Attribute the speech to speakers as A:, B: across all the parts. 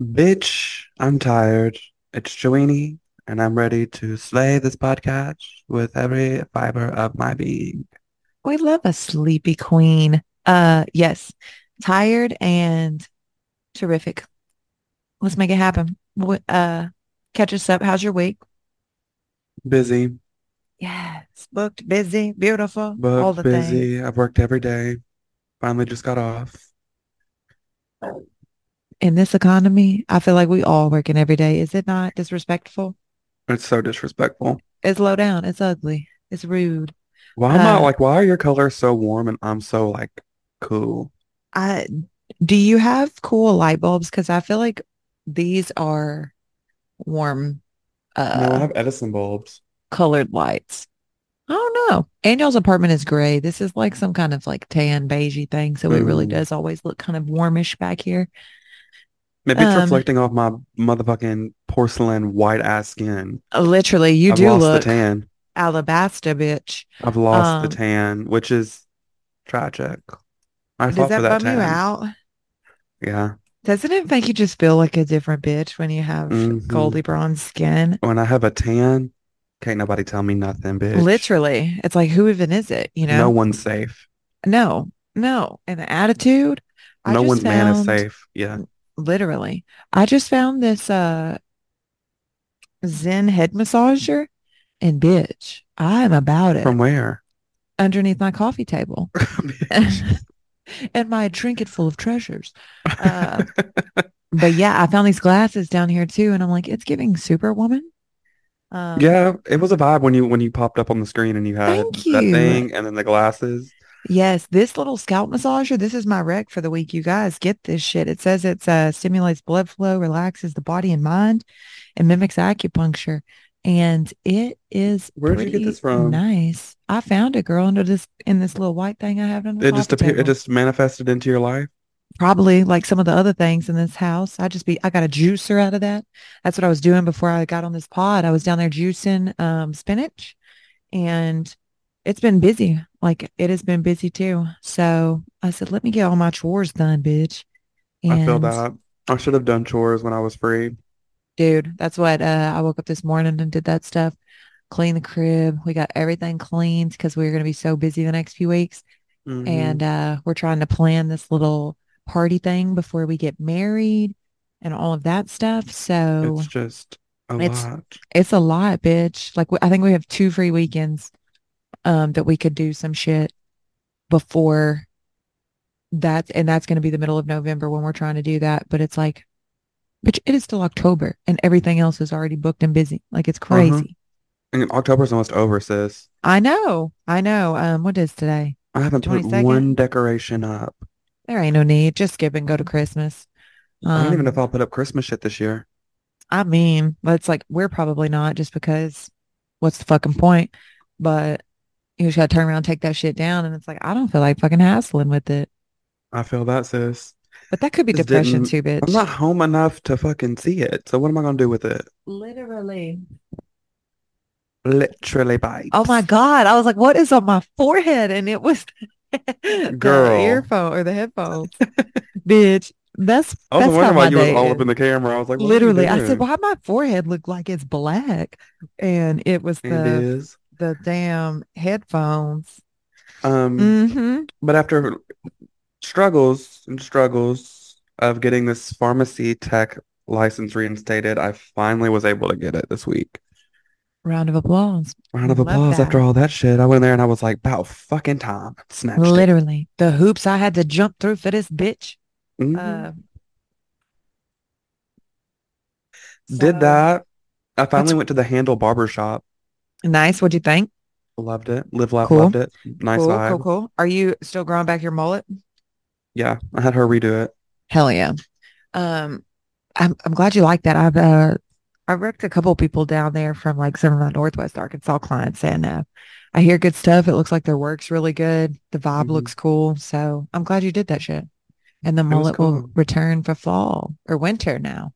A: Bitch, I'm tired. It's Joanie, and I'm ready to slay this podcast with every fiber of my being.
B: We love a sleepy queen. Uh, yes, tired and terrific. Let's make it happen. Wh- Uh, catch us up. How's your week?
A: Busy,
B: Yes, booked, busy, beautiful,
A: but
B: all the things.
A: busy. I've worked every day. Finally just got off.
B: In this economy, I feel like we all working every day. Is it not disrespectful?
A: It's so disrespectful.
B: It's low down. It's ugly. It's rude.
A: Why am I
B: Uh,
A: like, why are your colors so warm and I'm so like cool?
B: I do you have cool light bulbs? Because I feel like these are warm,
A: No, I
B: uh,
A: have Edison bulbs.
B: colored lights. I don't know. Angel's apartment is gray. This is like some kind of like tan beigey thing. So it really
A: Ooh.
B: does always look kind of warmish back here.
A: Maybe it's
B: Um,
A: reflecting off my motherfucking porcelain white ass skin.
B: Uh, Literally, you
A: I've
B: do
A: lost
B: look
A: the tan.
B: alabaster, bitch.
A: I've lost the
B: Um,
A: tan, which is tragic. I
B: Does
A: fought
B: that
A: for that
B: bum you
A: tan.
B: out?
A: Yeah.
B: Doesn't it make you just feel like a different bitch when you have
A: Mhm.
B: goldy bronze skin?
A: When I have a tan, can't nobody tell me nothing, bitch.
B: Literally, it's like who even is it? You know,
A: No one's safe.
B: no, no. And the attitude, I
A: No
B: just
A: one's man is
B: found-
A: safe. Yeah.
B: Literally, I just found this uh Zen head massager, and bitch, I'm about it
A: From where?
B: underneath my coffee table and my trinket full of treasures. Uh, but yeah, I found these glasses down here too, and I'm like, it's giving Superwoman. Um,
A: yeah, it was a vibe when you when you popped up on the screen and you had
B: Thank
A: that
B: you.
A: thing and then the glasses.
B: Yes, this little scalp massager, this is my rec for the week. You guys get this shit. It says it's uh stimulates blood flow, relaxes the body and mind, and mimics acupuncture. And it is
A: Where'd you get
B: pretty
A: this from?
B: Nice. I found it, girl, under this in this little white thing I have on the
A: It just
B: coffee
A: appeared. It
B: table.
A: just manifested into your life.
B: probably like some of the other things in this house. I just be I got a juicer out of that. That's what I was doing before I got on this pod. I was down there juicing um spinach and it's been busy. Like it has been busy too. So I said, let me get all my chores done, bitch. And
A: I feel that. I should have done chores when I was free.
B: dude, that's what uh, I woke up this morning and did that stuff. Clean the crib. We got everything cleaned because we were going to be so busy the next few weeks.
A: Mhm.
B: and uh, we're trying to plan this little party thing before we get married and all of that stuff. So
A: it's
B: it's,
A: just a
B: It's-
A: lot.
B: a lot, bitch. Like we, I think we have two free weekends um, that we could do some shit before that, and that's going to be the middle of November when we're trying to do that. But it's like, bitch, it is still October, and everything else is already booked and busy. Like it's crazy.
A: Mm-hmm. And October's almost over, sis.
B: I know, I know. Um, what is today?
A: I haven't put
B: 22nd?
A: one decoration up.
B: There ain't no need. Just skip and go to Christmas.
A: I don't even know
B: Um,
A: if I'll put up Christmas shit this year.
B: I mean, that's like we're probably not just because what's the fucking point? But you just gotta turn around, and take that shit down, and it's like I don't feel like fucking hassling with it.
A: I feel that, sis.
B: But that could be
A: Just
B: depression
A: didn't-
B: too, bitch.
A: I'm not home enough to fucking see it. So what am I gonna do with it?
B: Literally.
A: Literally bites.
B: Oh my god! I was like, what is on my forehead? And it was the
A: Girl.
B: earphone or the headphones, bitch. That's
A: I was
B: that's how
A: wondering why
B: my
A: you was
B: day
A: all
B: is.
A: up in the camera. I was like, what are you
B: Literally, I
A: doing?
B: said, why my forehead look like it's black, and it was
A: It
B: the
A: is.
B: the damn headphones.
A: Um,
B: Mm-hmm.
A: but after struggles and struggles of getting this pharmacy tech license reinstated, I finally was able to get it this week.
B: Round of applause.
A: Round of
B: Love
A: applause after
B: that.
A: all that shit. I went in there and I was like, about fucking time. Snatched it.
B: Literally, the hoops I had to jump through for this bitch.
A: Mhm.
B: Uh, so-
A: Did that. I finally
B: That's-
A: went to the Handle Barber Shop.
B: Nice. What'd you think?
A: Loved it. Live, laugh,
B: Cool.
A: loved it. Nice
B: cool,
A: vibe.
B: cool, cool. Are you still growing back your mullet?
A: Yeah, I had her redo it.
B: Hell yeah. Um, I'm I'm glad you like that. I've uh, I worked a couple people down there from like some of my Northwest Arkansas clients, and uh, I hear good stuff. It looks like their work's really good. The vibe
A: Mhm.
B: looks cool. So I'm glad you did that shit. And the
A: was
B: mullet will
A: cool.
B: return for fall or winter now.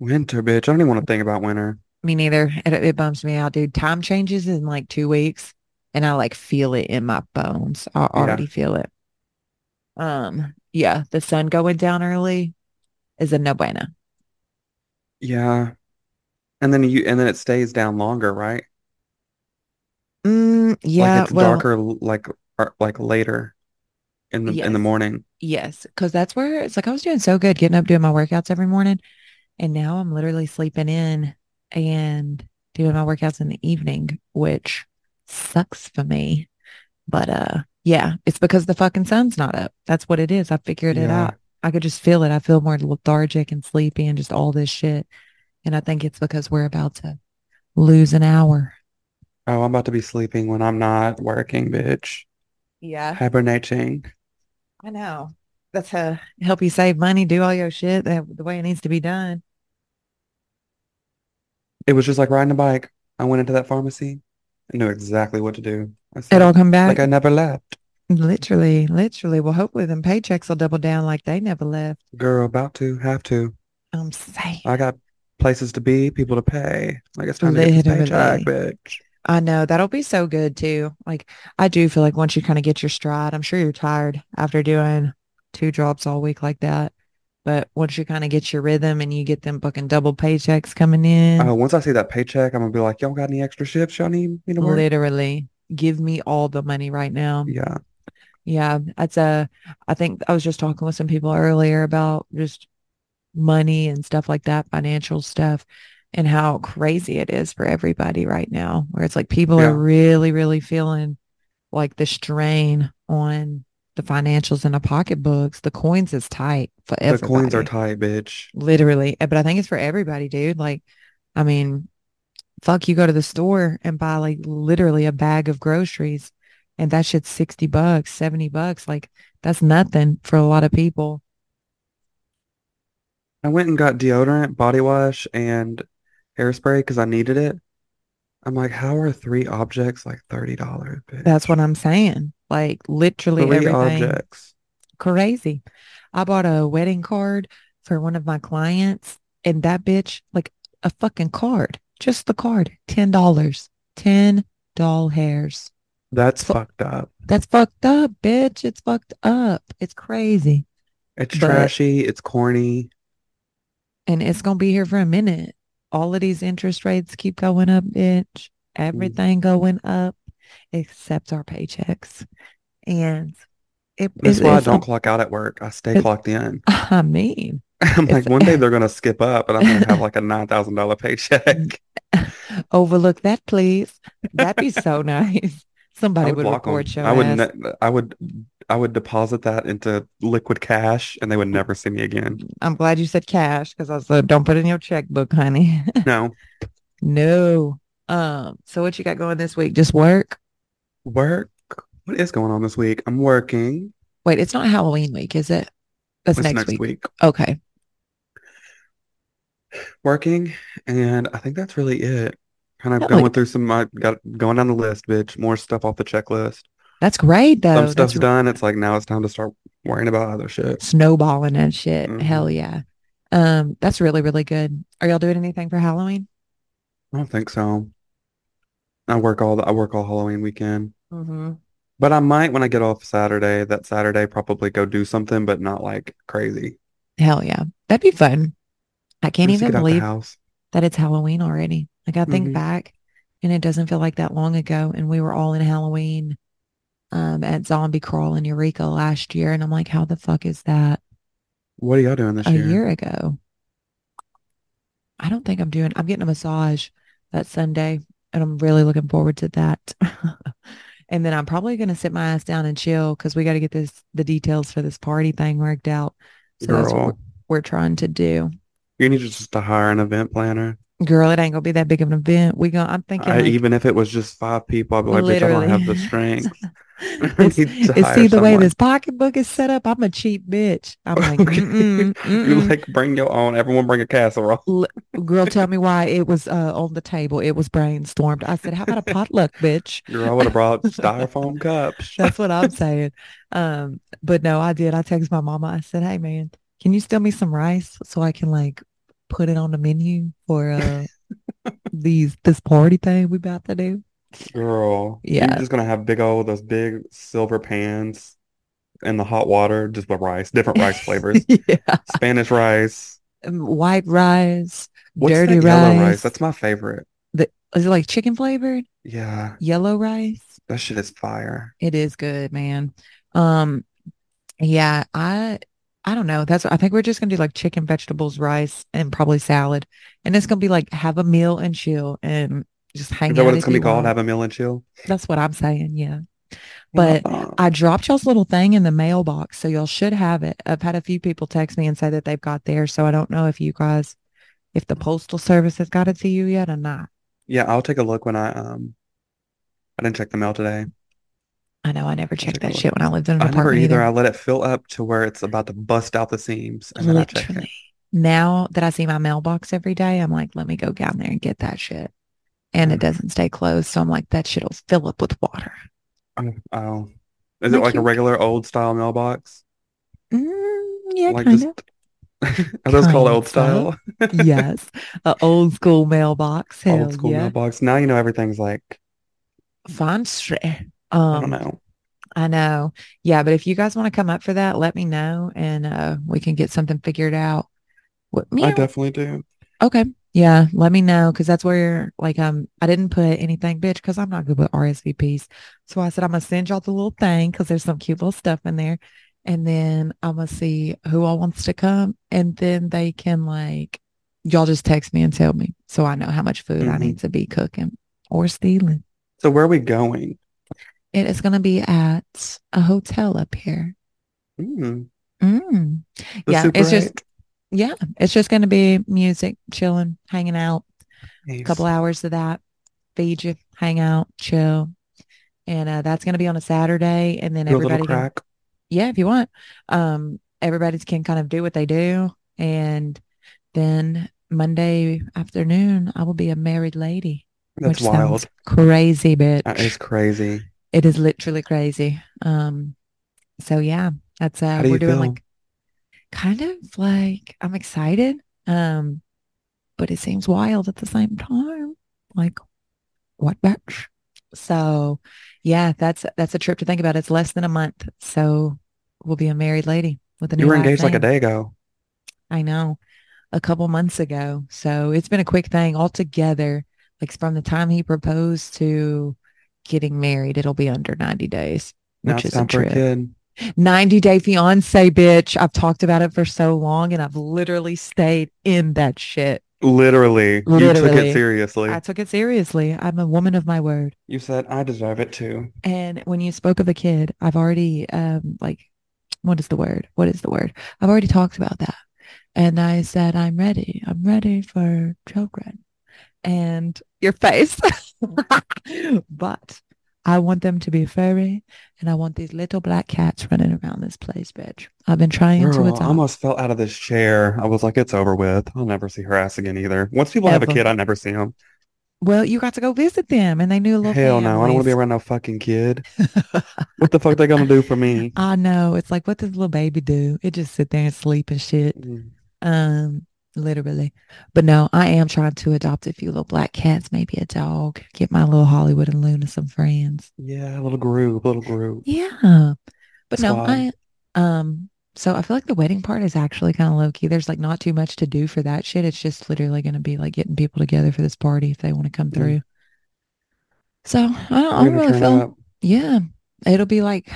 A: Winter, bitch. I don't even want to think about winter.
B: Me neither. It, it bums me out, dude. Time changes in like two weeks, and I like feel it in my bones. I already feel it. Um, yeah, the sun going down early is a no bueno.
A: Yeah. And then you and then it stays down longer, right?
B: Mm,
A: Like
B: yeah.
A: it's
B: Well,
A: darker l- like or, like later in the in the
B: yes.
A: morning.
B: Yes. Cause that's where it's like I was doing so good getting up doing my workouts every morning. And now I'm literally sleeping in and doing my workouts in the evening, which sucks for me. But uh yeah, it's because the fucking sun's not up. That's what it is. I figured it
A: Yeah.
B: out. I could just feel it. I feel more lethargic and sleepy and just all this shit. And I think it's because we're about to lose an hour.
A: Oh, I'm about to be sleeping when I'm not working, bitch.
B: Yeah,
A: Hibernating.
B: I know. That's how help you save money, do all your shit that, the way it needs to be done.
A: It was just like riding a bike. I went into that pharmacy. I knew exactly what to do. I
B: It all
A: slept
B: come
A: like
B: back.
A: I never left.
B: Literally, literally. Well, hopefully them paychecks will double down like they never left.
A: Girl, about to, have to.
B: I'm saying.
A: I got places to be, people to pay. Like it's time to get this paycheck,
B: Literally.
A: bitch.
B: I know that'll be so good too. Like I do feel like once you kind of get your stride, I'm sure you're tired after doing two jobs all week like that. But once you kind of get your rhythm and you get them fucking double paychecks coming
A: Uh,
B: in,
A: once I see that paycheck, I'm gonna be like, y'all got any extra shifts y'all need me to work?
B: literally give me all the money right now.
A: Yeah.
B: Yeah, that's a, I think I was just talking with some people earlier about just money and stuff like that, financial stuff, and how crazy it is for everybody right now, where it's like people are
A: Yeah.
B: really, really feeling like the strain on the financials and the pocketbooks. The coins is tight for
A: The coins are
B: everybody,
A: tight, bitch.
B: literally. Eh, But I think it's for everybody, dude. Like, I mean, fuck, you go to the store and buy like literally a bag of groceries and that shit's 60 bucks, 70 bucks. Like, that's nothing for a lot of people.
A: I went and got deodorant, body wash, and hairspray because I needed it. I'm like, how are three objects like $30,
B: That's
A: bitch?
B: what I'm saying. Like, literally
A: Three
B: everything
A: objects.
B: crazy. I bought a wedding card for one of my clients and that bitch, like a fucking card, just the card, $10, 10 doll hairs.
A: That's
B: Fu-
A: fucked up.
B: That's fucked up, bitch. It's fucked up. It's crazy.
A: It's
B: But,
A: trashy. It's corny.
B: and it's going to be here for a minute. All of these interest rates keep going up, bitch.
A: Mm.
B: Everything going up except our paychecks. And it
A: That's
B: is,
A: why I
B: it's,
A: don't
B: um,
A: clock out at work. I stay
B: it's,
A: clocked in.
B: I mean,
A: I'm
B: it's,
A: like, one day they're gonna skip up and I'm gonna have like a $9,000
B: Mm.
A: paycheck.
B: Overlook that, please. That'd be so nice.
A: I
B: Somebody
A: would
B: would
A: block them.
B: report your
A: I would
B: ass.
A: ne I would I would deposit that into liquid cash and they would never see me again.
B: I'm glad you said cash because I said don't put it in your checkbook, honey.
A: No.
B: No. Um, so what you got going this week? Just work?
A: Work. What is going on this week? I'm working.
B: Wait, it's not Halloween week, is it? That's
A: It's
B: next
A: next
B: week.
A: week.
B: Okay.
A: Working and I think that's really it. Kind of
B: That would
A: going through some I got going down the list, bitch. More stuff off the checklist.
B: that's great
A: Some
B: though. Oh, That's
A: stuff's
B: r-
A: done. It's like now it's time to start worrying about other shit.
B: snowballing and shit.
A: hmm
B: Hell yeah. Um, that's really, really good. Are y'all doing anything for Halloween?
A: I don't think so. I work all the, I work all Halloween weekend.
B: Mm-hmm.
A: But I might when I get off Saturday, that Saturday probably go do something, but not like crazy.
B: Hell yeah. That'd be fun. I can't
A: Just to
B: even
A: get out the
B: believe
A: house.
B: that it's Halloween already. Like I think
A: hmm
B: back and it doesn't feel like that long ago. And we were all in Halloween um, at Zombie Crawl in Eureka last year. And I'm like, how the fuck is that
A: What are y'all doing this
B: a
A: year?
B: year ago? I don't think I'm doing, I'm getting a massage that Sunday and I'm really looking forward to that. and then I'm probably going to sit my ass down and chill because we got to get this, the details for this party thing worked out. So that's what we're,
A: Girl,
B: we're trying to do.
A: you need to just to hire an event planner.
B: Girl, it ain't going to be that big of an event. We going to I'm thinking
A: I
B: like
A: even if it was just five people, I'd be like, bitch, I don't
B: Literally.
A: have the strength. I
B: It's
A: need to
B: it's see
A: hire
B: the way
A: someone.
B: this pocketbook is set up. I'm a cheap bitch. I'm like,
A: Okay.
B: mm-mm,
A: You
B: mm-mm.
A: like bring your own. Everyone bring a casserole.
B: L- girl, tell me why it was uh, on the table. It was brainstormed. I said, how about a potluck, bitch?
A: Girl, I would have brought styrofoam cups.
B: That's what I'm saying. Um, but no, I did. I texted my mama. I said, hey man, can you steal me some rice so I can like put it on the menu for uh these this party thing we about to do?
A: Girl, you're
B: Yeah.
A: just gonna have big old those big silver pans in the hot water, just with rice, different rice flavors.
B: Yeah.
A: Spanish rice.
B: Um, White rice.
A: What's
B: dirty
A: that yellow
B: rice.
A: rice? That's my favorite.
B: Is it like chicken flavored?
A: Yeah,
B: Yellow rice?
A: that shit is fire.
B: It is good, man. Um, yeah, I I don't know. That's I think we're just gonna do like chicken, vegetables, rice, and probably salad. And it's gonna be like have a meal and chill and just hang
A: Is that
B: out.
A: what it's
B: if
A: gonna be
B: you
A: called?
B: want.
A: Have a meal and chill.
B: That's what I'm saying. Yeah. But
A: Uh,
B: I dropped y'all's little thing in the mailbox, so y'all should have it. I've had a few people text me and say that they've got theirs, so I don't know if you guys, if the postal service has got it to you yet or not.
A: yeah, I'll take a look when I um. I didn't check the mail today.
B: I know I never
A: Check
B: checked
A: it
B: that
A: out.
B: shit when I lived in an
A: I never
B: apartment
A: either.
B: either.
A: I let it fill up to where it's about to bust out the seams, and then I check it.
B: Literally. Now that I see my mailbox every day, I'm like, let me go down there and get that shit. And
A: Mm.
B: it doesn't stay closed, so I'm like, that shit'll fill up with water.
A: Oh, oh. is it
B: Like
A: like a
B: you-
A: regular old style mailbox?
B: Mm, yeah,
A: Like
B: kind
A: just are those called
B: Kind
A: old
B: of.
A: style?
B: of. yes, a old school mailbox. Hell
A: Old school
B: yeah,
A: mailbox. Now you know everything's like
B: fancy.
A: I don't
B: Um,
A: know.
B: I know. Yeah, but if you guys want to come up for that, let me know and uh we can get something figured out. What
A: I
B: meow.
A: definitely do.
B: Okay. Yeah, let me know because that's where like um I didn't put anything, bitch, because I'm not good with RSVPs. So I said I'm gonna send y'all the little thing because there's some cute little stuff in there, and then I'm gonna see who all wants to come, and then they can like y'all just text me and tell me so I know how much food I
A: Mhm.
B: need to be cooking or stealing.
A: So where are we going?
B: It is gonna be at a hotel up here.
A: Mm,
B: Mm.
A: the
B: Yeah,
A: Super
B: it's just
A: 8?
B: yeah, it's just gonna be music, chilling, hanging out.
A: Nice.
B: couple hours of that, feed you, hang out, chill. And uh, that's going to be on a Saturday. And then
A: Do a little
B: everybody, can-
A: crack.
B: yeah, if you want, um, everybody can kind of do what they do. And then Monday afternoon, I will be a married lady.
A: That's
B: which
A: wild.
B: sounds crazy, bitch.
A: That is crazy.
B: It is literally crazy. Um, so yeah, that's uh,
A: do
B: we're
A: you
B: doing
A: feel?
B: like kind of like I'm excited, um, but it seems wild at the same time. Like, what batch? So, yeah, that's that's a trip to think about. It's less than a month, so we'll be a married lady with a new.
A: You were
B: last
A: engaged like a
B: name.
A: day ago.
B: I know, a couple months ago. So it's been a quick thing altogether. Like from the time he proposed to getting married, it'll be under ninety days,
A: Now
B: which
A: it's
B: is a
A: time for a
B: trip.
A: kid.
B: 90 day fiance, bitch. I've talked about it for so long and I've literally stayed in that shit.
A: Literally, you took
B: Literally.
A: it seriously.
B: I took it seriously. I'm a woman of my word.
A: You said I deserve it too.
B: And when you spoke of the kid, I've already, um, like, what is the word? What is the word? I've already talked about that. And I said, I'm ready. I'm ready for children and your face. but I want them to be furry and I want these little black cats running around this place, bitch. I've been trying to
A: Girl,
B: adopt.
A: I almost fell out of this chair. I was like, it's over with. I'll never see her ass again either. Once people have a
B: Ever.
A: kid, I never see them.
B: Well, you got to go visit them, and they knew a little.
A: Hell no, I don't want to be
B: families.
A: around no fucking kid. What the fuck they gonna do for me?
B: I know. It's like, what does little baby do? It just sit there and sleep and shit.
A: Mm,
B: Um, literally. But no, I am trying to adopt a few little black cats, maybe a dog. Get my little Hollywood and Luna some friends.
A: Yeah, a little group, a little group.
B: Yeah, but no,
A: Squad.
B: I um. So I feel like the wedding part is actually kind of low key. There's like not too much to do for that shit. It's just literally going to be like getting people together for this party if they want to come
A: Mm.
B: through. So I don't, I
A: We're
B: don't
A: gonna
B: really
A: turn
B: feel
A: up.
B: Yeah, it'll be like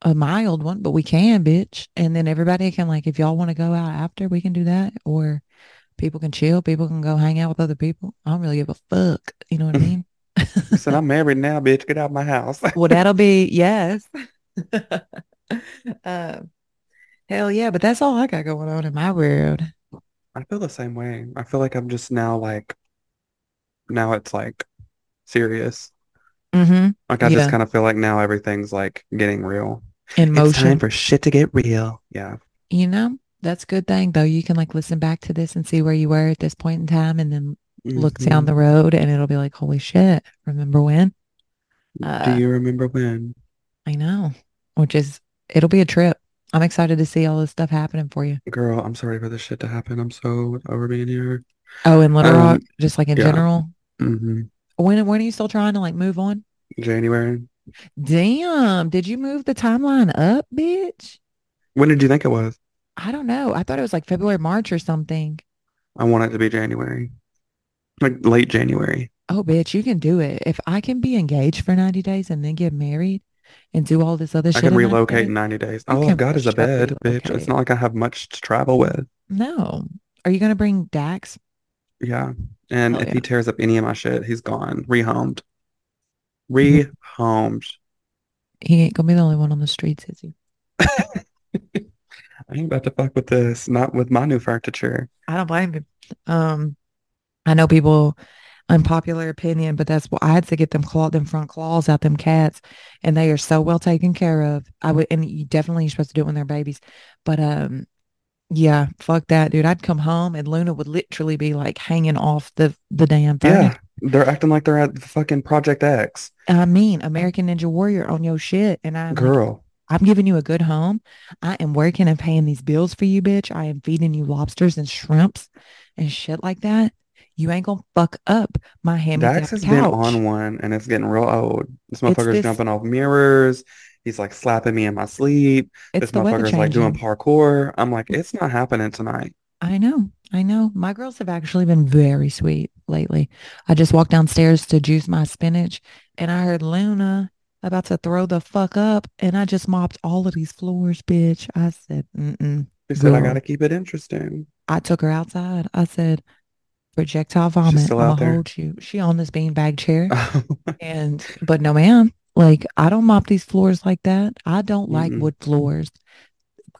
B: a mild one, but we can, bitch. And then everybody can like, if y'all want to go out after, we can do that. Or people can chill. People can go hang out with other people. I don't really give a fuck. You know what I mean?
A: I said, I'm married now, bitch. Get out of my house.
B: well, that'll be yes. uh, hell yeah! But that's all I got going on in my world.
A: I feel the same way. I feel like I'm just now like, now it's like serious.
B: Mm-hmm.
A: Like I just
B: Yeah.
A: kind of feel like now everything's like getting real.
B: In
A: It's time
B: motion,
A: for shit to get real. Yeah.
B: you know. That's a good thing though. You can like listen back to this and see where you were at this point in time, and then look
A: Mm-hmm.
B: down the road, and it'll be like, holy shit! Remember when?
A: Mhm.
B: uh,
A: Do you remember when?
B: I know, which is, it'll be a trip. I'm excited to see all this stuff happening for you.
A: Girl, I'm sorry for this shit to happen. I'm so over being here.
B: Oh, in Little
A: Um,
B: Rock, just like in
A: yeah.
B: general.
A: hmm
B: When when are you still trying to like move on?
A: January.
B: Damn, did you move the timeline up, bitch?
A: When did you think it was?
B: I don't know. I thought it was like February, March or something.
A: I want it to be January, like late January.
B: Oh, bitch, you can do it. If I can be engaged for 90 days and then get married and do all this other
A: I
B: shit.
A: can
B: in 90
A: relocate
B: days-
A: in 90 days.
B: You
A: All
B: can
A: I've got is a
B: for sure
A: bed, bitch. It's
B: relocate.
A: not like I have much to travel with.
B: No. Are you going to bring Dax?
A: Yeah. And
B: Hell
A: if
B: yeah.
A: he tears up any of my shit, he's gone. Rehomed.
B: Mm-hmm.
A: Rehomed.
B: He ain't going to be the only one on the streets, is he?
A: I ain't about to fuck with this. Not with my new furniture.
B: I don't blame him. Um, I know people, unpopular opinion, but that's what I had to get them claw, them front claws out them cats, and they are so well taken care of. I would, and you definitely you're supposed to do it when they're babies, but um, yeah, fuck that, dude. I'd come home and Luna would literally be like hanging off the the damn thing.
A: Yeah. They're acting like they're at fucking Project X.
B: I mean, American Ninja Warrior on your shit, and I'm like,
A: Girl.
B: I'm giving you a good home. I am working and paying these bills for you, bitch. I am feeding you lobsters and shrimps and shit like that. You ain't gonna fuck up my hand me
A: Dax
B: couch.
A: has been on one and it's getting real old. This motherfucker's
B: this-
A: jumping off mirrors. He's like slapping me in my sleep.
B: it's
A: this
B: the weather
A: motherfucker's like doing
B: changing.
A: parkour. I'm like, it's not happening tonight.
B: I know, I know. My girls have actually been very sweet lately. I just walked downstairs to juice my spinach, and I heard Luna about to throw the fuck up, and I just mopped all of these floors, bitch. I said, mm-mm.
A: She said, I
B: Girl.
A: gotta keep it interesting.
B: I took her outside. I said, projectile vomit.
A: still
B: I'ma
A: out there?
B: hold you. She on this beanbag chair. And but no ma'am, like I don't mop these floors like that. I don't like
A: Mm-mm.
B: wood floors.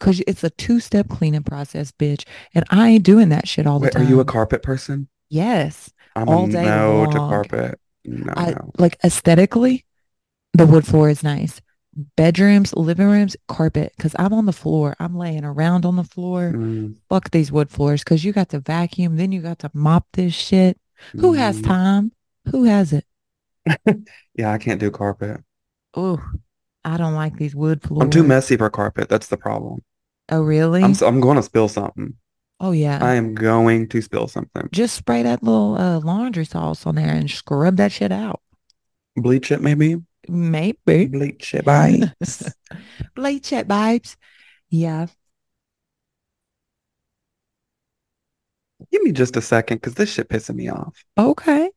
B: Cause it's a two step cleaning process, bitch. And I ain't doing that shit all
A: Wait,
B: the time.
A: are you a carpet person?
B: Yes.
A: I'm
B: all
A: a
B: day
A: no to
B: long.
A: carpet. No,
B: I
A: no.
B: like aesthetically, the wood floor is nice. Bedrooms, living rooms, carpet. Cause I'm on the floor. I'm laying around on the floor.
A: Mm,
B: Fuck these wood floors. Cause you got to vacuum, then you got to mop this shit. Who has
A: mm.
B: time? Who has it?
A: Yeah, I can't do carpet.
B: Oh, I don't like these wood floors.
A: I'm too messy for carpet. That's the problem.
B: Oh, really?
A: I'm s- I'm going to spill something.
B: oh, yeah.
A: I am going to spill something.
B: Just spray that little uh, laundry sauce on there and scrub that shit out.
A: Bleach it, maybe.
B: Maybe.
A: Bleach it, bye.
B: Late chat vibes. Yeah.
A: Give me just a second, because this shit pissing me off.
B: Okay.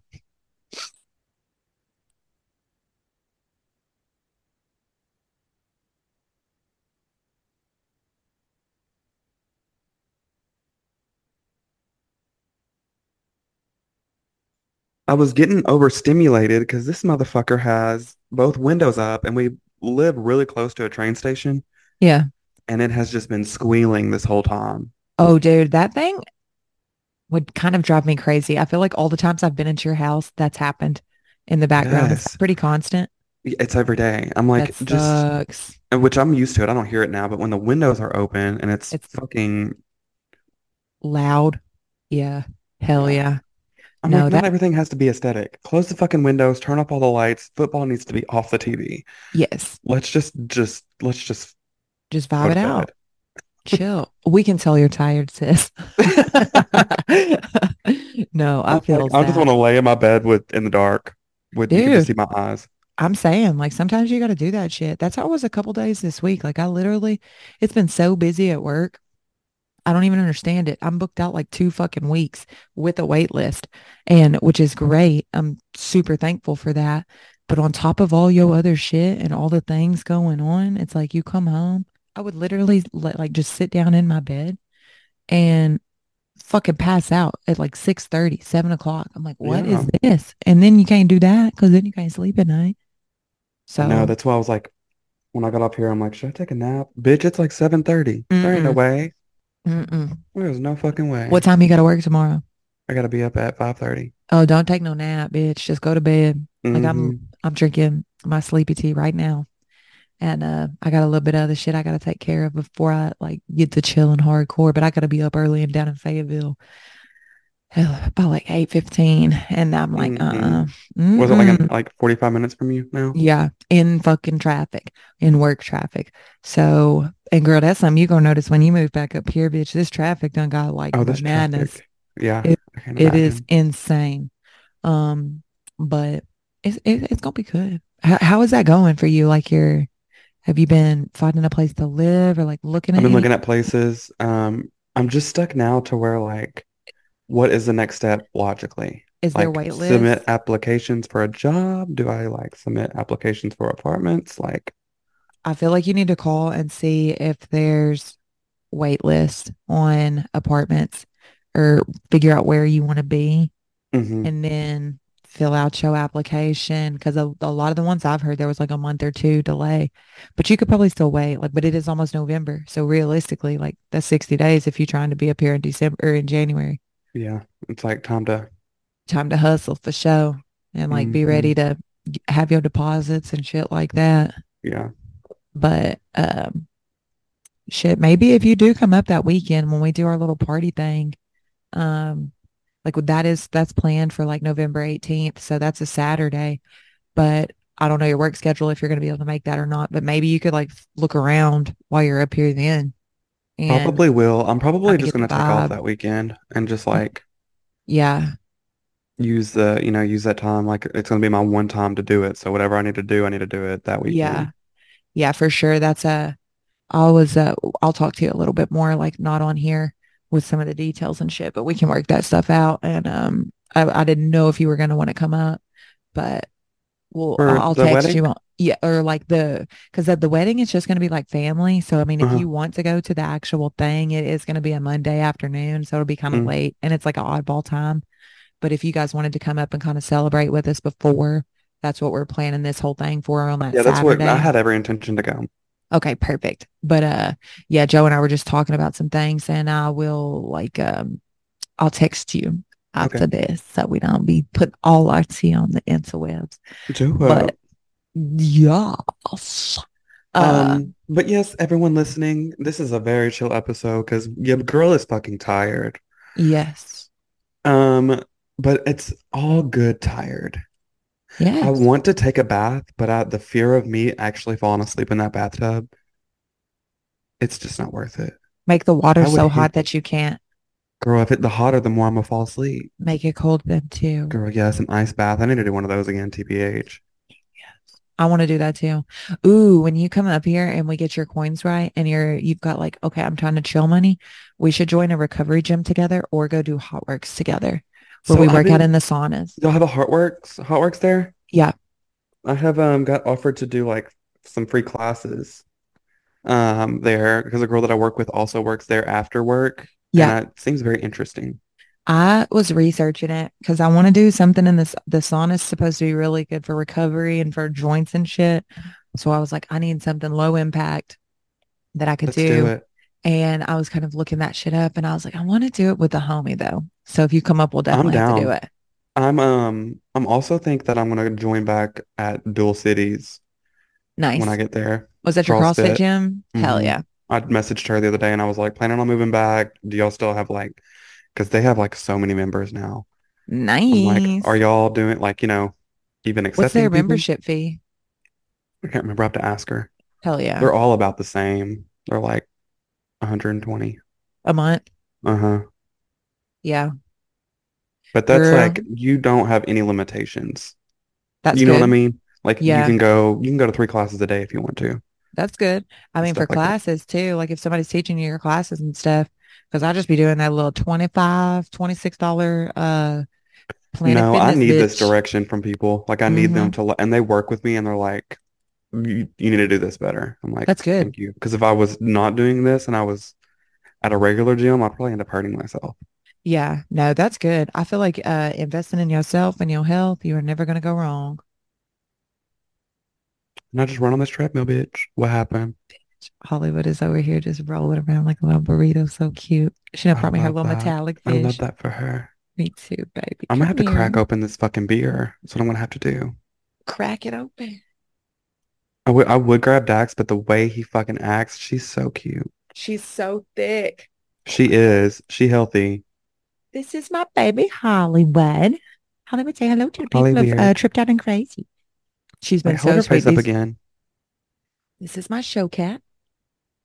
A: I was getting overstimulated because this motherfucker has both windows up, and we live really close to a train station,
B: Yeah.
A: and it has just been squealing this whole time.
B: Oh, dude, that thing would kind of drive me crazy. I feel like all the times I've been into your house, that's happened in the background. It's
A: Yes.
B: pretty constant.
A: It's every day. I'm like,
B: that
A: just
B: sucks.
A: And which I'm used to it. I don't hear it now, but when the windows are open and it's
B: It's-
A: fucking,
B: Loud. Yeah. Hell
A: Yeah.
B: yeah.
A: I'm
B: No,
A: like,
B: that-
A: not everything has to be aesthetic. Close the fucking windows, turn up all the lights. Football needs to be off the TV.
B: Yes.
A: Let's just, just, let's just
B: Just
A: go
B: vibe
A: to
B: it out.
A: bed.
B: chill. We can tell you're tired, sis. no, I
A: I'm
B: feel
A: like, I just
B: that.
A: want to lay in my bed with in the dark with you can just see my eyes.
B: I'm saying like sometimes you got to do that shit. That's how it was a couple days this week. Like I literally, it's been so busy at work. I don't even understand it. I'm booked out like two fucking weeks with a wait list and which is great. I'm super thankful for that. But on top of all your other shit and all the things going on, it's like you come home. I would literally let, like just sit down in my bed and fucking pass out at like 6.30 7 o'clock i'm like what is this and then you can't do that because then you can't sleep at night so
A: No, that's why I was like, when I got up here, I'm like, should I take a nap? Bitch, it's like 7:30. There ain't no
B: Mm-mm.
A: way.
B: mm-mm.
A: There's no fucking way.
B: what time you gotta work tomorrow
A: I gotta be up at 5:30.
B: oh don't take no nap bitch just go to bed Like, I'm-
A: Mhm.
B: i'm drinking my sleepy tea right now and uh i got a little bit of other shit i gotta take care of before i like get to chilling hardcore but i gotta be up early and down in fayetteville hell, about like 8.15 and i'm like uh-uh
A: Mm-mm. Mm-hmm. Was it like
B: Mm-mm.
A: an, like 45 minutes from you now?
B: Yeah, in fucking traffic, in work traffic. So, and girl, that's something you gonna notice when you move back up here, bitch. This traffic done got like
A: Oh, this
B: bananas.
A: traffic. Yeah,
B: It-
A: I can
B: It is
A: imagine.
B: insane. Um, but it's it, it's gonna be good. How, how is that going for you? Like, you're have you been finding a place to live or like looking at?
A: I've been
B: any-
A: looking at places. Um, I'm just stuck now to where like What is the next step logically?
B: Is there
A: like
B: wait list?
A: submit applications for a job? Do I like submit applications for apartments? Like,
B: I feel like you need to call and see if there's wait list on apartments or figure out where you want to be
A: mhm.
B: and then fill out your application because a, a lot of the ones I've heard there was like a month or two delay, but you could probably still wait. Like, but it is almost November, so realistically, like that's sixty days if you're trying to be up here in December or in January.
A: yeah, it's like time to
B: Time to hustle for show and like be
A: Mhm.
B: ready to g- have your deposits and shit like that.
A: yeah.
B: But um, shit, maybe if you do come up that weekend when we do our little party thing, um, like that is that's planned for like November 18th, so that's a Saturday. But I don't know your work schedule if you're going to be able to make that or not. But maybe you could like look around while you're up here then. And
A: Probably will. I'm probably
B: to
A: just
B: get
A: gonna
B: the
A: take off
B: vibe. Mm-hmm.
A: that weekend and just like
B: yeah,
A: use the, you know, use that time. Like it's gonna be my one time to do it. So whatever I need to do, I need to do it that
B: yeah,
A: weekend.
B: yeah, for sure. That's a. I was uh, I'll talk to you a little bit more, like not on here with some of the details and shit, but we can work that stuff out. And um, I, I didn't know if you were gonna want to come up, but we'll
A: For
B: I'll, I'll
A: the
B: text
A: wedding?
B: you on yeah, or like the because at the wedding it's just gonna be like family. So I mean, if
A: Uh-huh.
B: you want to go to the actual thing, it is gonna be a Monday afternoon, so it'll be kind of
A: Mm.
B: late and it's like an oddball time. But if you guys wanted to come up and kind of celebrate with us before, that's what we're planning this whole thing for on that
A: Yeah, that's what
B: Saturday.
A: I had every intention to go.
B: Okay, perfect. But uh yeah, Joe and I were just talking about some things and I will like um I'll text you
A: Okay.
B: after this so we don't be put all our tea on the interwebs.
A: Do it.
B: But yes. Uh,
A: Um, but yes, everyone listening, this is a very chill episode because your girl is fucking tired.
B: yes.
A: Um, but it's all good tired.
B: Yes.
A: I want to take a bath, but I, the fear of me actually falling asleep in that bathtub, it's just not worth it.
B: make the water
A: I would
B: so
A: hate
B: hot
A: that.
B: that you can't
A: Girl, if it the hotter, the more I'm gonna fall asleep.
B: make it cold then too.
A: Girl, yes, an ice bath. I need to do one of those again, TBH.
B: I want to do that too. Ooh, when you come up here and we get your coins right and you're you've got like, okay, I'm trying to chill money, we should join a recovery gym together or go do hot works together
A: So
B: where we
A: I've
B: work out
A: been-
B: in the saunas.
A: Y'all have a Heartworks, Heartworks there?
B: Yeah.
A: I have um got offered to do like some free classes um there because a girl that I work with also works there after work.
B: Yeah.
A: And it seems very interesting.
B: I was researching it because I want to do something in this the sauna is supposed to be really good for recovery and for joints and shit. So I was like, I need something low impact that I could
A: Let's do it.
B: And I was kind of looking that shit up and I was like, I want to do it with a homie though. So if you come up, we'll definitely have to do
A: down.
B: it.
A: I'm um I'm also think that I'm gonna join back at Dual Cities
B: Nice.
A: when I get there.
B: Was that your CrossFit,
A: CrossFit.
B: gym? Hell
A: Mhm.
B: yeah.
A: I messaged her the other day and I was like planning on moving back. Do y'all still have like because they have like so many members now. I'm
B: Nice.
A: like, are y'all doing like, you know, even
B: What's
A: accepting
B: their
A: people?
B: membership fee?
A: I can't remember. I have to ask her.
B: Hell yeah.
A: They're all about the same. They're like 120.
B: A month.
A: Uh-huh.
B: Yeah.
A: But that's
B: Girl.
A: like you don't have any limitations.
B: That's
A: you
B: good.
A: know what I mean? Like you
B: Yeah.
A: can go you can go to three classes a day if you want to.
B: That's good. I
A: and
B: mean, for
A: stuff like that.
B: classes too, like if somebody's teaching you your classes and stuff, because I just be doing that little 25 $26 uh, Planet
A: No, I
B: Fitness
A: need this
B: bitch. Mm-hmm.
A: direction from people. Like I need them to, li- and they work with me and they're like, you, you need to do this better. I'm like,
B: That's good.
A: Thank you. Because if I was not doing this and I was at a regular gym, I'd probably end up hurting myself.
B: Yeah. No, that's good. I feel like uh, investing in yourself and your health, you are never going to go wrong.
A: And I just run on this treadmill, bitch. What happened?
B: Hollywood is over here just rolling around like a little burrito. So cute. She done
A: I
B: brought me her
A: love
B: little
A: that.
B: metallic
A: I
B: fish.
A: love that for her.
B: Me too, baby.
A: I'm gonna have to
B: Come here.
A: crack open this fucking beer. That's what I'm gonna have to do.
B: crack it open.
A: I would I would grab Dax, but the way he fucking acts, she's so cute.
B: She's so thick.
A: She is. She healthy.
B: This is my baby Hollywood. Hollywood, say hello to the people of
A: Hollywood.
B: uh, Tripped Out and Crazy. She's been
A: Wait, hold
B: so
A: her
B: sweet.
A: face up
B: These-
A: again.
B: This is my show cat.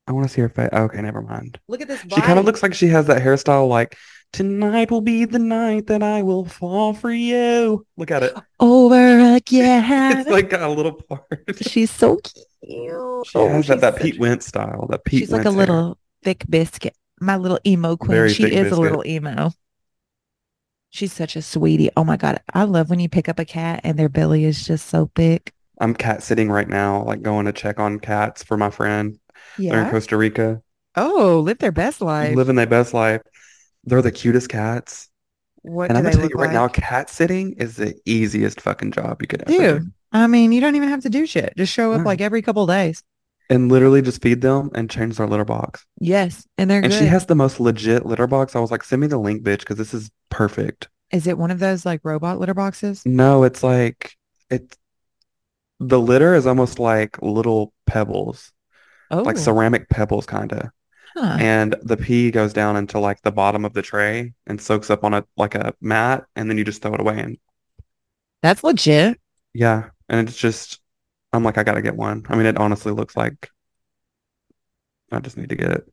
A: I want to see her face. Okay, never mind.
B: Look at this body.
A: She kind of looks like she has that hairstyle like, tonight will be the night that I will fall for you. Look at it.
B: over again.
A: It's like got a little part. She
B: she's so cute. Oh,
A: has
B: she's
A: that, that
B: such-
A: Pete Wentz style. That Pete
B: She's like a
A: Wentz hair.
B: little thick biscuit. My little emo queen.
A: Very
B: she
A: thick
B: is a
A: biscuit.
B: little emo. She's such a sweetie. Oh my God. I love when you pick up a cat and their belly is just so big.
A: I'm cat sitting right now, like going to check on cats for my friend. They're in
B: Yeah.
A: Costa Rica,
B: Oh, live their best life.
A: living their best life. They're the cutest cats.
B: what
A: And
B: do
A: I'm
B: they
A: gonna tell
B: look
A: you right
B: like?
A: now, cat sitting is the easiest fucking job you Mm. could ever do.
B: Dude, I mean, you don't even have to do shit. Just show up
A: No.
B: like every couple days.
A: And literally just feed them and change their litter box.
B: Yes. And they're
A: And
B: good.
A: she has the most legit litter box. I was like, send me the link, bitch, because this is perfect.
B: is it one of those like robot litter boxes?
A: No, it's like it's the litter is almost like little pebbles,
B: Oh,
A: like ceramic pebbles kinda.
B: huh.
A: And the pee goes down into like the bottom of the tray and soaks up on a like a mat and then you just throw it away and
B: that's legit.
A: yeah. And it's just I'm like, I gotta get one. I mean, it honestly looks like I just need to get it.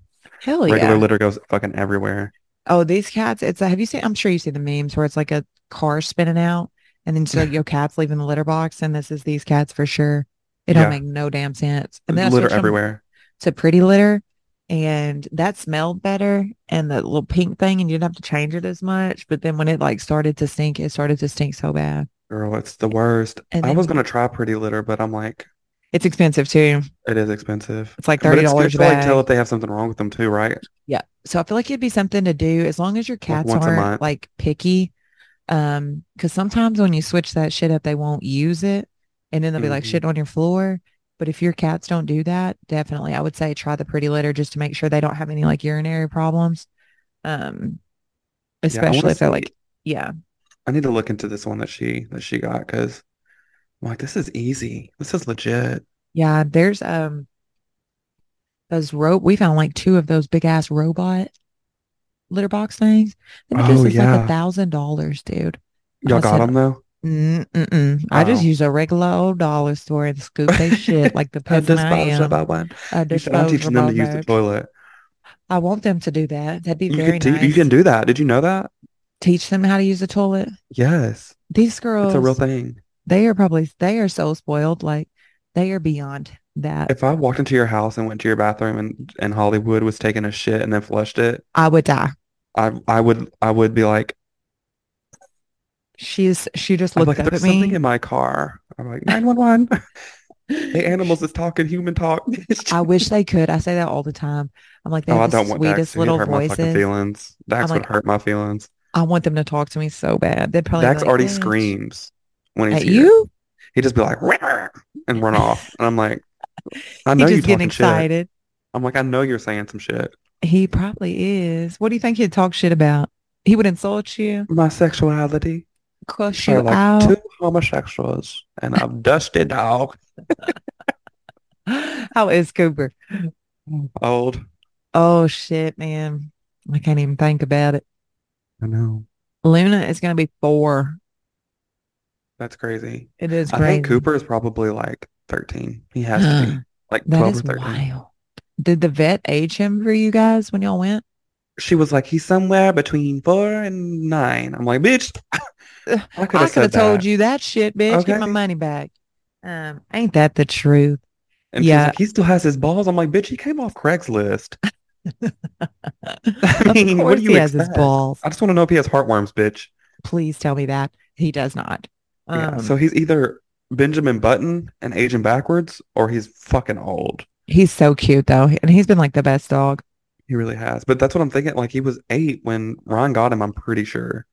B: Hell yeah.
A: Regular litter goes fucking everywhere.
B: Oh, these cats, it's a, have you seen, I'm sure you see the memes where it's like a car spinning out and then so your cat's leaving the litter box and this is these cats for sure. It
A: Yeah.
B: don't make no damn sense. And then I
A: Litter
B: switched 'em
A: everywhere.
B: to pretty litter and that smelled better and the little pink thing and you didn't have to change it as much. But then when it like started to stink, it started to stink so bad.
A: Girl, it's the worst.
B: And
A: I
B: then
A: was gonna try pretty litter, but I'm like,
B: it's expensive too.
A: it is expensive.
B: It's like
A: But
B: thirty
A: it's good
B: dollars
A: to
B: a
A: like
B: bag.
A: tell if they have something wrong with them too, right?
B: Yeah. So I feel like it'd be something to do as long as your cats
A: once a
B: aren't
A: month.
B: like picky. Um, because sometimes when you switch that shit up, they won't use it and then they'll be like
A: Mhm.
B: shitting on your floor. But if your cats don't do that, definitely I would say try the pretty litter just to make sure they don't have any like urinary problems. Um,
A: Yeah, I wanna
B: especially if they're
A: see-
B: like, yeah,
A: I need to look into this one that she that she got because I'm like, this is easy. This is legit.
B: yeah, there's um those rope we found like two of those big ass robot litter box things. I think
A: Oh,
B: this is like
A: yeah.
B: a thousand dollars, dude.
A: Y'all got them
B: Listen,
A: though.
B: Mm-mm. I just
A: Wow.
B: use a regular old dollar store and scoop they shit like the
A: I
B: peasant I am.
A: about one.
B: A
A: You said I'm teaching them
B: disposable
A: to use the
B: bird.
A: toilet.
B: I want them to do that. That'd be
A: You
B: very
A: can te-
B: nice.
A: you can do that. Did you know that?
B: teach them how to use a toilet.
A: Yes,
B: These girls,
A: it's a real thing.
B: they are probably they are so spoiled. Like they are beyond that.
A: If I walked into your house and went to your bathroom and and Hollywood was taking a shit and then flushed it,
B: I would die.
A: I I would I would be like,
B: She's she just
A: I'm
B: looked
A: like,
B: up at
A: there's
B: me.
A: something in my car. I'm like, 911. The animals is talking human talk.
B: I wish they could. I say that all the time. I'm like they
A: Oh, I
B: have the
A: don't want Dax.
B: sweetest
A: He would
B: little
A: hurt my fucking
B: voices.
A: feelings. Dax
B: I'm
A: would
B: like,
A: hurt my feelings.
B: I want them to talk to me so bad. They'd probably be
A: Dax
B: like,
A: already
B: "Bitch,
A: screams when he's
B: at
A: here.
B: you.
A: He'd just be like, "Rawr," and run off. And I'm like, I know
B: He's
A: you're
B: just getting
A: talking shit.
B: excited.
A: I'm like, I know you're saying some shit.
B: He probably is. What do you think he'd talk shit about? He would insult you,
A: My sexuality.
B: cuss
A: There
B: you
A: are like
B: out.
A: two homosexuals and a dusty dog.
B: How is Cooper?
A: Old.
B: Oh shit, man. I can't even think about it.
A: I know.
B: Luna is gonna be four.
A: That's crazy.
B: It is
A: I
B: crazy.
A: think Cooper is probably like 13. He has to be. Like
B: That
A: 12 or
B: is
A: 13.
B: wild. Did the vet age him for you guys when y'all went?
A: She was like, he's somewhere between four and nine. I'm like, bitch, I could
B: I
A: have
B: could have
A: said
B: told
A: that.
B: you that shit, bitch. Get my
A: Okay.
B: money back. Um, ain't that the truth?
A: And she's
B: Yeah.
A: like, he still has his balls. I'm like, bitch, he came off Craigslist.
B: of
A: mean, what
B: course
A: do you
B: he has his
A: expect?
B: balls.
A: I just want to know if he has heartworms, bitch.
B: Please tell me that he does not.
A: Yeah.
B: Um,
A: So he's either Benjamin Button and aging backwards, or he's fucking old.
B: He's so cute though, and he's been like the best dog.
A: He really has. But that's what I'm thinking. Like he was eight when Ron got him. I'm pretty sure,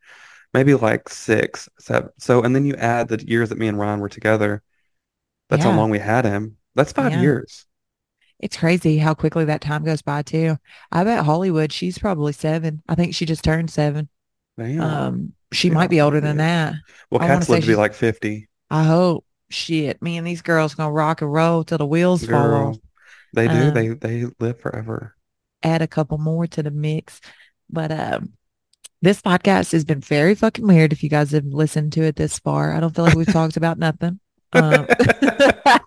A: maybe like six, seven. So and then you add the years that me and Ron were together. That's
B: Yeah.
A: how long we had him. That's five
B: Yeah.
A: years.
B: It's crazy how quickly that time goes by too. I bet Hollywood, she's probably seven. I think she just turned seven.
A: Damn.
B: Um, she
A: Yeah,
B: might be older than
A: probably.
B: that.
A: well,
B: I wanna
A: cats
B: say
A: live to be
B: she's-
A: like fifty.
B: I hope. Shit, me and these girls gonna rock and roll till the wheels fall off.
A: Girl, they do.
B: Um,
A: they they live forever.
B: Add a couple more to the mix, but um, this podcast has been very fucking weird. If you guys have listened to it this far, I don't feel like we've talked about nothing. Um,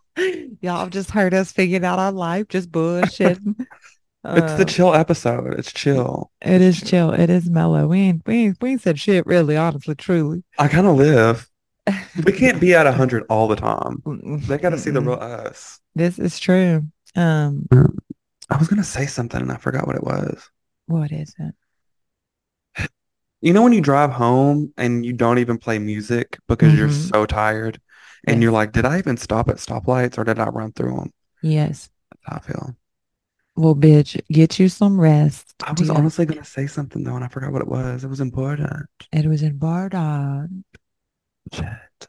B: y'all have just heard us figuring out our life, just bullshit.
A: It's
B: uh,
A: the chill episode. It's chill.
B: It is chill. It is mellow. We ain't, we ain't, we ain't said shit really, honestly, truly.
A: I kind of live. We can't be at 100 all the time. They got to see the
B: Mm-mm.
A: real us.
B: This is true. Um,
A: I was going to say something and I forgot what it was.
B: what is it?
A: You know when you drive home and you don't even play music because you're
B: Mhm.
A: so tired and
B: Yes.
A: you're like, did I even stop at stoplights or did I run through them?
B: Yes.
A: That's how I feel.
B: Well, bitch, get you some rest.
A: I was
B: dear.
A: honestly going to say something though, and I forgot what it was. It was important.
B: It was in Bardon.
A: Shit.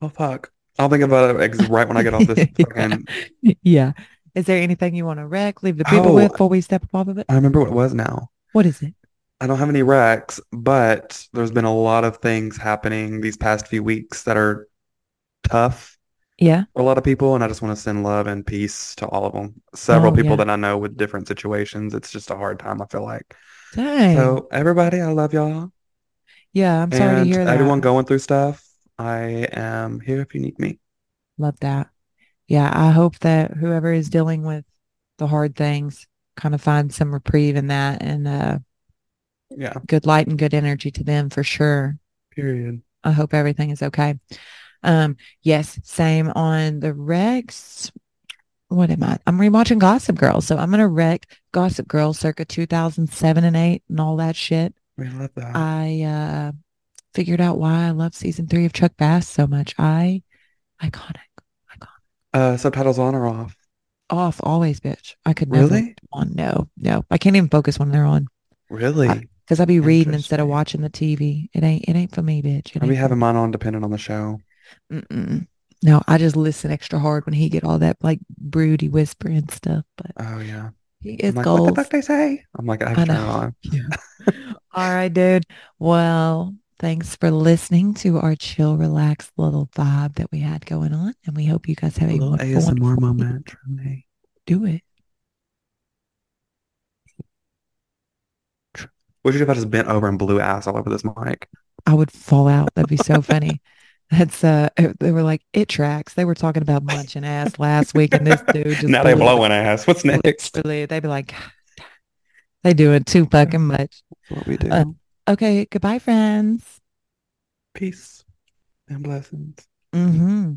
A: Oh, fuck. I'll think about it ex- right when I get off this
B: Yeah.
A: fucking.
B: yeah. Is there anything you want to wreck? Leave the people
A: Oh.
B: with before we step off of it.
A: I remember what it was now.
B: What is it?
A: I don't have any wrecks, but there's been a lot of things happening these past few weeks that are tough
B: Yeah.
A: for a lot of people, and I just want to send love and peace to all of them. Several
B: Oh,
A: people
B: yeah.
A: that I know with different situations. It's just a hard time, I feel like.
B: Dang.
A: So everybody, I love y'all.
B: yeah. I'm sorry to
A: and
B: hear that.
A: everyone going through stuff, I am here if you need me.
B: Love that. Yeah. I hope that whoever is dealing with the hard things kind of finds some reprieve in that and uh,
A: Yeah,
B: good light and good energy to them for sure.
A: period.
B: I hope everything is okay. Um, yes, same on the Rex. What am I? I'm rewatching Gossip Girl, so I'm gonna wreck Gossip Girl circa 2007 and eight and all that shit.
A: We love that.
B: I uh, figured out why I love season three of Chuck Bass so much. I iconic,
A: Uh, subtitles on or off?
B: off always, bitch. I could never
A: Really?
B: on. No, no, I can't even focus when they're on
A: Really?
B: because I'd be reading instead of
A: Interesting.
B: watching the TV. It ain't, it ain't for me, bitch.
A: I'll
B: It
A: be
B: ain't for
A: having mine on depending on the show.
B: Mm-mm. No, I just listen extra hard when he get all that like broody whisper and stuff. But
A: Oh yeah.
B: he
A: I'm
B: is
A: like, what the
B: gold.
A: fuck they say? I'm like, I have
B: I
A: to turn it
B: know.
A: on.
B: Yeah. all right, dude. Well, thanks for listening to our chill, relaxed little vibe that we had going on, and we hope you guys have
A: A
B: a
A: little
B: wonderful, wonderful
A: ASMR
B: week.
A: moment from me.
B: Do it.
A: What you do if I just bent over and blew ass all over this mic?
B: I would fall out. That'd be so funny. That's uh, they were like it tracks. They were talking about munching ass last week, and this dude just
A: now they
B: blew it.
A: blowing ass. What's next?
B: Literally, they'd be like, they do it too fucking much.
A: That's what we do.
B: Uh, Okay, goodbye, friends.
A: Peace and blessings.
B: Mm-hmm.